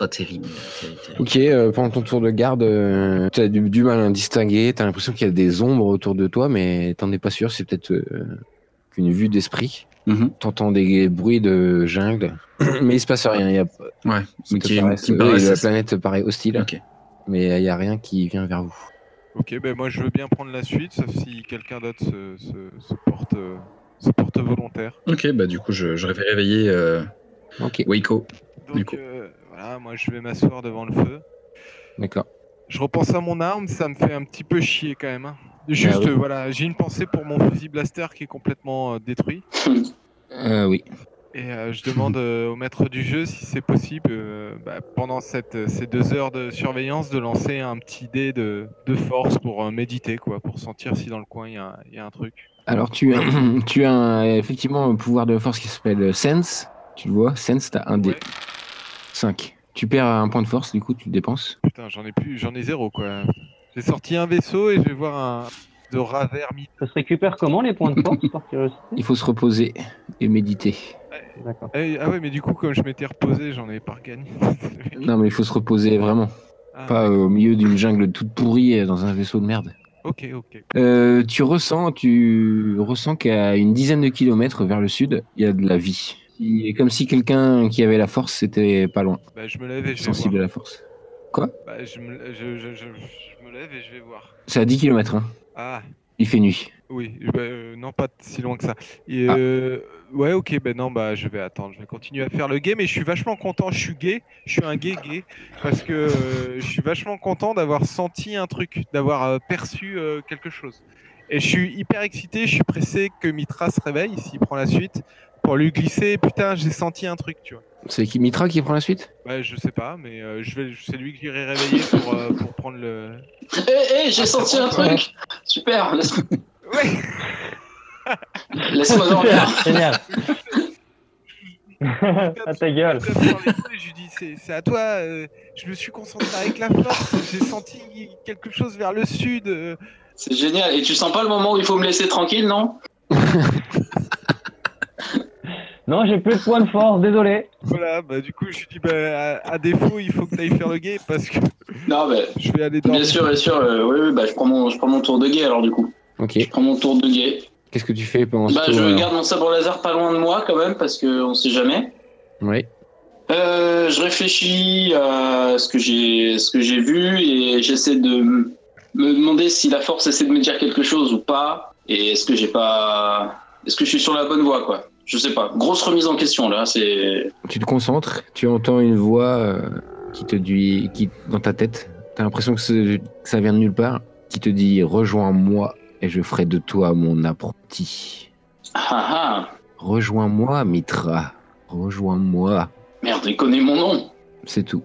pas terrible. pas terrible, terrible.
Ok, euh, pendant ton tour de garde, euh, t'as du, du mal à distinguer, t'as l'impression qu'il y a des ombres autour de toi, mais t'en es pas sûr, c'est peut-être euh, qu'une vue d'esprit.
Mhm.
T'entends des bruits de jungle, mais il se passe rien. il Y a,
Ouais,
ça
mais
te
qui-
paraît-
qui me
euh,
paraît-
la
ça-
planète te paraît hostile,
Ok.
mais il y a rien qui vient vers vous.
Ok, ben moi, je veux bien prendre la suite, sauf si quelqu'un d'autre se, se- se porte, euh, se porte volontaire.
Ok, bah du coup je, je vais réveiller euh,
Ok,
Waco. Du
Donc,
coup.
euh, voilà, moi, je vais m'asseoir devant le feu.
d'accord.
Je repense à mon arme, ça me fait un petit peu chier quand même. hein. Juste,
Ah oui.
euh, voilà, j'ai une pensée pour mon fusil blaster qui est complètement euh, détruit.
Euh, oui.
Et euh, je demande euh, au maître du jeu si c'est possible, euh, bah, pendant cette, euh, ces deux heures de surveillance, de lancer un petit dé de, de force pour euh, méditer, quoi, pour sentir si dans le coin il y a, il y a un truc.
Alors tu as, tu as un- effectivement un pouvoir de force qui s'appelle euh, Sense, tu le vois, Sense, t'as un
Ouais.
D, 5. Tu perds un point de force, du coup tu le dépenses.
Putain, j'en ai plus, j'en ai zéro, quoi. J'ai sorti un vaisseau et je vais voir un de rat vermi.
Ça se récupère comment les points de force par curiosité
Il faut se reposer et méditer.
D'accord.
Ah oui, ah ouais, mais du coup, comme je m'étais reposé, j'en ai pas gagné.
Non, mais il faut se reposer vraiment.
Ah,
Pas euh, au milieu d'une jungle toute pourrie euh, dans un vaisseau de merde.
ok, ok.
Euh, tu ressens, tu ressens qu'à une dizaine de kilomètres vers le sud, il y a de la vie. Il est comme si quelqu'un qui avait la force c'était pas loin,
Bah, je me lève et je vais
sensible à
voir.
la force.
Bah, je, me, je- je- je- je me lève et je vais voir.
C'est à 10 kilomètres. hein.
Ah,
Il fait nuit.
Oui, bah, euh, non, pas t- si loin que ça. Et,
Ah.
euh, ouais, ok, ben non, bah, je vais attendre, je vais continuer à faire le gay, mais je suis vachement content, je suis gay, je suis un gay gay, parce que euh, je suis vachement content d'avoir senti un truc, d'avoir euh, perçu euh, quelque chose. Et je suis hyper excité, je suis pressé que Mitra se réveille, s'il prend la suite, pour lui glisser, putain, j'ai senti un truc, tu vois.
C'est qui Mitra qui prend la suite
Ouais, je sais pas, mais euh, je vais, c'est lui que j'irai réveiller pour, euh, pour prendre le...
Hé, hé, Eh, j'ai senti un truc Super, laisse-
Ouais
laisse-moi dormir.
Génial. à ta gueule.
Je tape sur l'épaule et je lui dis c'est c'est à toi, euh, je me suis concentré avec la force, j'ai senti quelque chose vers le sud. euh.
C'est génial. Et tu sens pas le moment où il faut me laisser tranquille, non
Non, j'ai plus de points de force, désolé.
voilà, bah du coup je lui dis bah à, à défaut il faut que t'ailles faire le gay parce que
Non, mais
je vais aller dormir.
bien sûr, bien sûr. euh, oui, oui, bah, je prends mon, je prends mon tour de guet alors du coup.
Ok.
Je prends mon tour de guet.
Qu'est-ce que tu fais pendant
Bah,
ce tour
je
alors
garde mon sabre laser pas loin de moi quand même parce que on sait jamais.
Ouais.
Euh, je réfléchis à ce que j'ai ce que j'ai vu et j'essaie de m- me demander si la force essaie de me dire quelque chose ou pas et est-ce que j'ai pas est-ce que je suis sur la bonne voie quoi je sais pas grosse remise en question là c'est
Tu te concentres, tu entends une voix euh, qui te dit, qui dans ta tête, t'as l'impression que, ce- que ça vient de nulle part, qui te dit rejoins-moi et je ferai de toi mon apprenti.
ah, ah
Rejoins-moi, Mitra. Rejoins-moi.
merde il connaît mon nom
C'est tout.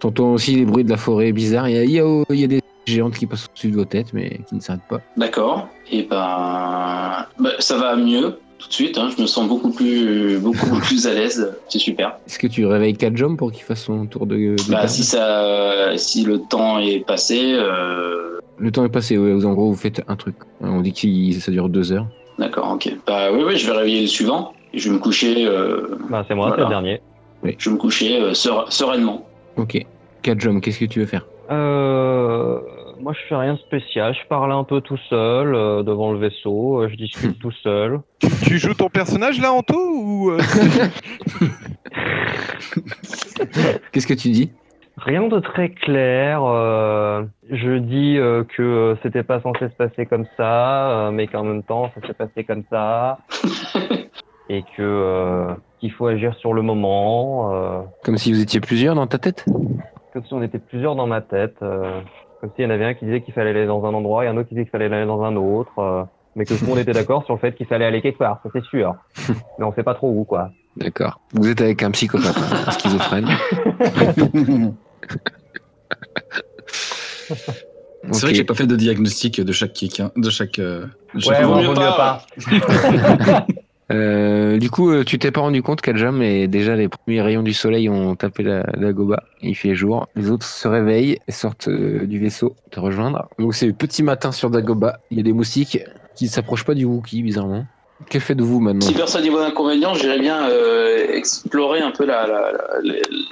T'entends aussi les bruits de la forêt bizarres. Il y a, il y a- il y a des géante qui passe au-dessus de vos têtes, mais qui ne s'arrête pas.
D'accord. Et ben, ben, ça va mieux tout de suite. hein. Je me sens beaucoup plus, beaucoup plus à l'aise. C'est super.
Est-ce que tu réveilles Kajom pour qu'il fasse son tour de, de
Bah,
garde
si ça, si le temps est passé, euh,
Le temps est passé, ouais, vous- en gros, vous faites un truc. On dit que ça dure deux heures.
d'accord, ok. Bah oui, oui, je vais réveiller le suivant. Et je vais me coucher, euh,
Bah, c'est moi, c'est
Voilà.
le dernier.
je vais me coucher euh, serein- sereinement.
Ok. Kajom, qu'est-ce que tu veux faire
Euh, moi, je fais rien de spécial. Je parle un peu tout seul euh, devant le vaisseau. euh, je discute tout seul.
Tu, tu joues ton personnage là, Anto ou euh,
Qu'est-ce que tu dis
Rien de très clair. euh, je dis euh, que euh, c'était pas censé se passer comme ça, euh, mais qu'en même temps, ça s'est passé comme ça. et que euh, qu'il faut agir sur le moment. euh,
Comme si vous étiez plusieurs dans ta tête
comme si on était plusieurs dans ma tête. euh, comme s'il y en avait un qui disait qu'il fallait aller dans un endroit et un autre qui disait qu'il fallait aller dans un autre. euh, mais que tout le monde était d'accord sur le fait qu'il fallait aller quelque part, ça c'est sûr. Mais on sait pas trop où, quoi.
D'accord. Vous êtes avec un psychopathe, un schizophrène.
C'est vrai que j'ai pas fait de diagnostic de chaque kick, hein, de chaque. euh, de chaque
Ouais,
vaut
on
mieux
vaut mieux
pas.
pas.
Euh, du coup, euh, tu t'es pas rendu compte qu'Aljam et déjà les premiers rayons du soleil ont tapé la, la goba. Il fait jour. Les autres se réveillent et sortent euh, du vaisseau te rejoindre. Donc c'est petit matin sur Dagoba. Il y a des moustiques qui ne s'approchent pas du Wookie, bizarrement. Que faites-vous maintenant
Si personne n'y voit d'inconvénient, j'irais bien euh, explorer un peu la, la, la-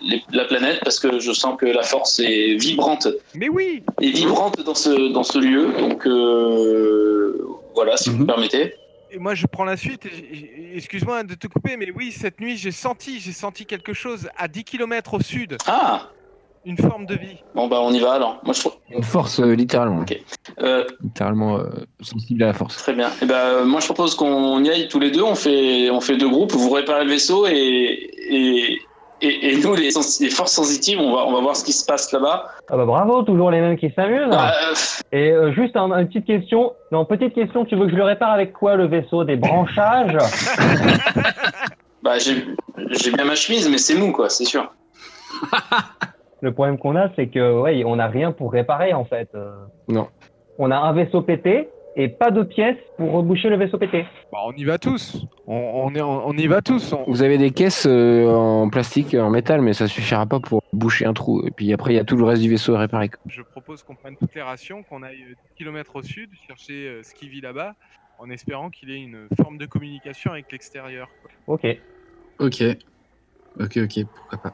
les- la planète parce que je sens que la force est vibrante
Mais oui
est vibrante dans ce, dans ce lieu. Donc euh, voilà, si vous
Mhm.
me permettez.
Et moi, je prends la suite. et j'ai- Excuse-moi de te couper, mais oui, cette nuit, j'ai senti, j'ai senti quelque chose à 10 km au sud,
Ah,
une forme de vie.
bon bah on y va alors. Moi je trouve.
Une force, euh, littéralement.
Ok. euh,
Littéralement euh, sensible à la force.
Très bien. Et ben, moi, je propose qu'on y aille tous les deux. On fait, on fait deux groupes. Vous réparez le vaisseau et, et, et, et nous, les, sens- les forces sensitives, on va, on va voir ce qui se passe là-bas.
Ah bah bravo, toujours les mêmes qui s'amusent.
Ah, euh, pff,
Et euh, juste un- une petite question. Non, petite question, tu veux que je le répare avec quoi le vaisseau Des branchages
bah, j'ai j'ai bien ma chemise, mais c'est mou, quoi, c'est sûr.
Le problème qu'on a, c'est que ouais, on n'a rien pour réparer en fait. Euh,
Non.
On a un vaisseau pété et pas de pièces pour reboucher le vaisseau pété.
Bah, on y va tous. On, on est, on y va tous. on-
Vous avez des caisses euh, en plastique, en métal, mais ça suffira pas pour boucher un trou. Et puis après, il y a tout le reste du vaisseau à réparer.
Je propose qu'on prenne toutes les rations, qu'on aille euh, 10 km au sud, chercher euh, ce qui vit là-bas, en espérant qu'il ait une forme de communication avec l'extérieur. quoi.
Ok.
Ok. Ok, ok, pourquoi pas.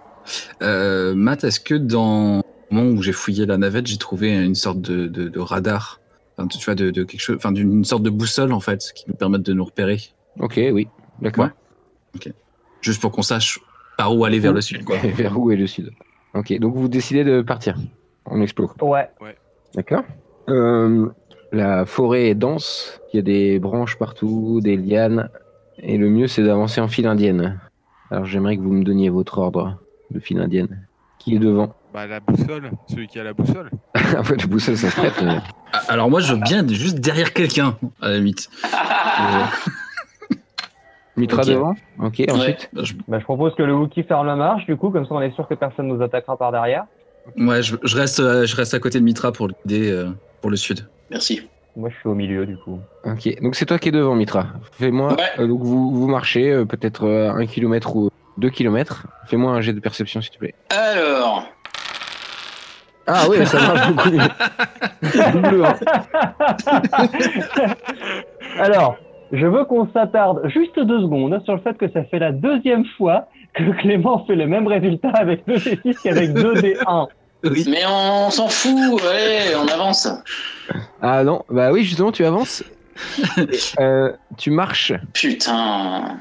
Euh, Matt, est-ce que dans le moment où j'ai fouillé la navette, j'ai trouvé une sorte de, de- de radar Enfin, tu vois, de, de quelque chose, enfin, d'une sorte de boussole en fait, qui nous permette de nous repérer,
Ok, oui. D'accord.
juste pour qu'on sache par où aller vers le sud, quoi.
Vers où est le sud Ok, donc vous décidez de partir. On explose.
Ouais.
D'accord. Euh, la forêt est dense, il y a des branches partout, des lianes, et le mieux c'est d'avancer en file indienne. Alors j'aimerais que vous me donniez votre ordre de file indienne. Qui est devant
Bah, la boussole, celui qui a la boussole.
Ah ouais, le boussole ça se prête. euh. mais-
Ah, Alors moi, je veux bien être juste derrière quelqu'un, à la limite.
Mitra
Ok.
devant Ok, ensuite
Euh, je-
Bah, je propose que le Wookie ferme la marche, du coup, comme ça on est sûr que personne nous attaquera par derrière.
ouais, je, je reste, euh, je reste à côté de Mitra pour l'aider euh, pour le sud.
Merci.
Moi, je suis au milieu, du coup.
Ok, donc c'est toi qui es devant Mitra. Fais-moi,
Ouais.
euh, donc vous, vous marchez euh, peut-être euh, un kilomètre ou deux kilomètres. Fais-moi un jet de perception s'il te plaît.
Alors,
Ah oui, ça marche beaucoup mieux. Double un.
Alors, je veux qu'on s'attarde juste deux secondes sur le fait que ça fait la deuxième fois que Clément fait le même résultat avec 2D6 qu'avec 2D1.
Oui.
mais on s'en fout, allez, on avance.
Ah non, bah oui, justement, tu avances. Euh, tu marches.
Putain.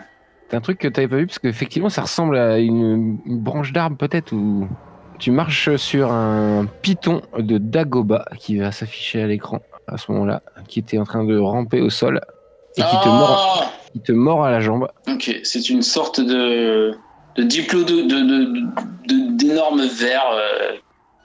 C'est un truc que t'avais pas vu parce qu'effectivement, ça ressemble à une, une branche d'arbre peut-être ou. Tu marches sur un python de Dagoba qui va s'afficher à l'écran à ce moment-là, qui était en train de ramper au sol et qui te mord,
Ah
qui te mord à la jambe.
Ok, c'est une sorte de, de diplo de, de, de- de- d'énorme verre. euh,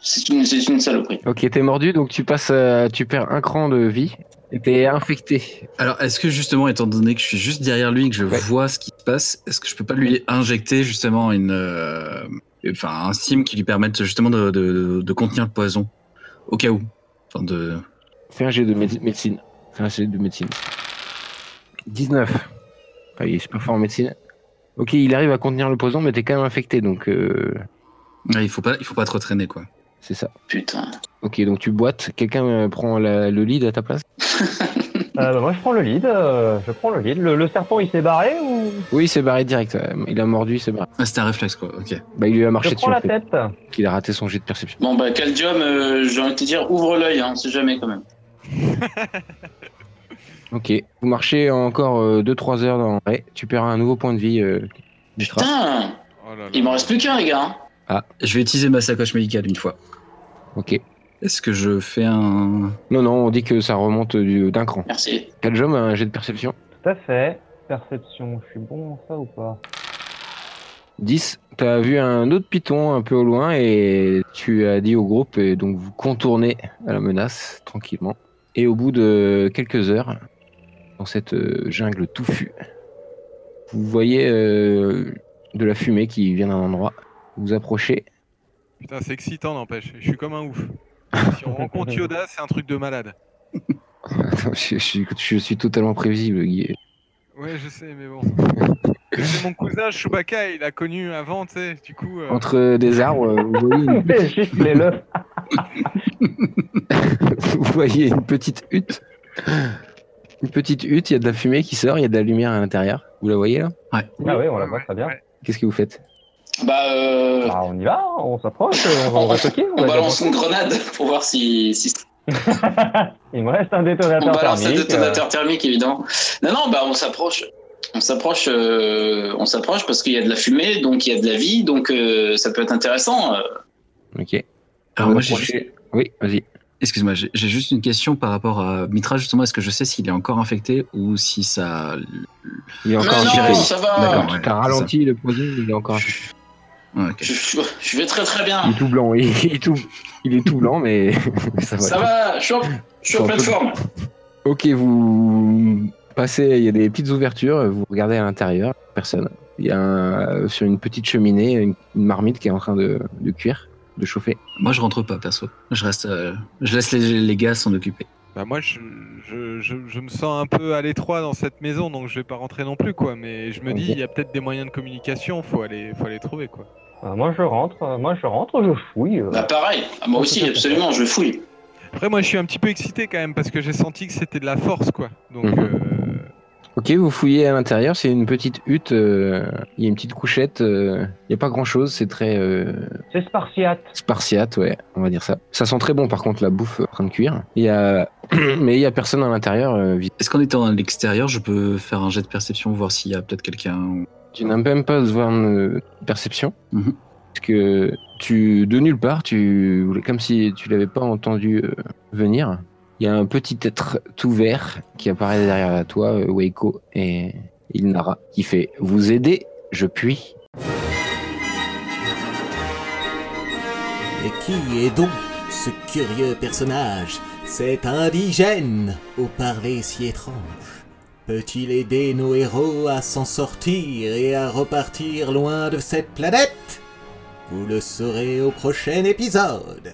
C'est une, c'est une saloperie.
Ok, t'es mordu, donc tu passes, à- tu perds un cran de vie et t'es infecté.
Alors, est-ce que justement, étant donné que je suis juste derrière lui et que je
Ouais.
vois ce qui se passe, est-ce que je peux pas lui injecter justement une, euh, enfin, un sim qui lui permette justement de, de- de contenir le poison au cas où Enfin, de...
Fais un jet de méde- médecine. Fais un jet de médecine. 19. Ah, il est super fort en médecine. Ok, il arrive à contenir le poison, mais t'es quand même infecté, donc euh,
Ouais, il faut pas, il faut pas trop traîner quoi.
c'est ça.
Putain.
Ok, donc tu boites. Quelqu'un euh, prend la- le lead à ta place
Euh, bah, moi, je prends le lead. euh, je prends le lead. Le, le serpent, il s'est barré ou
Oui, il s'est barré direct. euh, Il a mordu, il s'est barré.
Ah, c'était un réflexe quoi. Ok.
Bah, il lui a marché
Je
dessus.
prends
en
la
fait.
tête.
Il a raté son jet de perception.
Bon, bah, Caldium, euh, j'ai envie de te dire, ouvre l'œil, hein, on sait jamais quand même.
Ok. Vous marchez encore 2-3 heures dans ouais, Tu perds un nouveau point de vie. euh, Mitra.
Putain
Oh là là.
Il m'en reste plus qu'un, les gars. hein.
Je vais utiliser ma sacoche médicale une fois.
ok.
Est-ce que je fais un
Non, non, on dit que ça remonte du- d'un cran.
Merci.
Kaljom a un jet de perception.
Tout à fait. Perception, je suis bon en ça ou pas
10. T'as vu un autre python un peu au loin et tu as dit au groupe et donc vous contournez à la menace tranquillement. Et au bout de quelques heures, dans cette euh, jungle touffue, vous voyez euh, de la fumée qui vient d'un endroit. Vous vous approchez.
Putain, c'est excitant, n'empêche. Je suis comme un ouf. Si on rencontre Yoda, c'est un truc de malade.
je, suis- je suis totalement prévisible, Guy.
Ouais, je sais, mais bon. C'est mon cousin Chewbacca, il a connu avant, tu sais. Du coup, euh,
Entre des arbres, vous voyez une
Juste les lœufs.
vous voyez une petite hutte. Une petite hutte, il y a de la fumée qui sort, il y a de la lumière à l'intérieur. Vous la voyez là
Ah oui, on la voit très bien.
Qu'est-ce que vous faites
Bah, euh,
Ah,
Bah, on y va, on s'approche, on va
On-
on va toquer. on
on
va
balance
dire-
une grenade pour voir si. si-
Il me reste un
on
détonateur
balance un
thermique. euh,
détonateur
euh.
thermique, évidemment. Non, non, bah, on s'approche. On s'approche, euh, on s'approche parce qu'il y a de la fumée, donc il y a de la vie, donc euh, ça peut être intéressant. euh.
Ok.
Alors
Vous
Ah, moi j'ai
approchez-
juste...
Oui, vas-y.
excuse-moi, j'ai j'ai juste une question par rapport à Mitra justement. Est-ce que je sais s'il est encore infecté ou si ça
Il est
Mais
encore
non,
infecté.
ça va.
D'accord. ouais,
T'as
c'est ça.
ralenti le poison, il est encore infecté.
Ouais, ok.
Je, je- je vais très très bien.
Il est tout blanc, il est tout, il est tout blanc, mais ça va.
Ça va, je suis en, je suis en
Faut un
pleine
peu-
forme.
Ok, vous passez, il y a des petites ouvertures, vous regardez à l'intérieur, personne. Il y a un- sur une petite cheminée une, une marmite qui est en train de, de cuire, de chauffer.
Moi je rentre pas perso. Je reste, euh, je laisse les, les gars s'en occuper.
bah moi, je, je, je, je me sens un peu à l'étroit dans cette maison, donc je vais pas rentrer non plus, quoi. Mais je me dis,
Ok.
il y a peut-être des moyens de communication, faut aller, faut aller trouver, quoi.
Euh, moi, je rentre, euh, moi, je rentre, je fouille. euh.
Bah, pareil. Ah, moi aussi, absolument, je fouille.
Après, moi, je suis un petit peu excité quand même parce que j'ai senti que c'était de la force, quoi. Donc,
Mhm.
euh,
Ok, vous fouillez à l'intérieur, c'est une petite hutte, euh, il y a une petite couchette, euh, il n'y a pas grand chose, c'est très euh,
C'est spartiate.
spartiate, ouais, on va dire ça. Ça sent très bon par contre la bouffe euh, en train de cuire. Il y a... Mais il y a personne à l'intérieur, euh, vide.
Est-ce qu'en étant à l'extérieur, je peux faire un jet de perception, voir s'il y a peut-être quelqu'un ou-
tu n'as même pas besoin de euh, perception.
Mhm.
Parce que tu, de nulle part, tu, comme si tu l'avais pas entendu euh, venir, il y a un petit être tout vert qui apparaît derrière toi, euh, Waco, et il Nara, qui fait Vous aider, je puis.
Et qui est donc ce curieux personnage, cet indigène au parler si étrange Peut-il aider nos héros à s'en sortir et à repartir loin de cette planète Vous le saurez au prochain épisode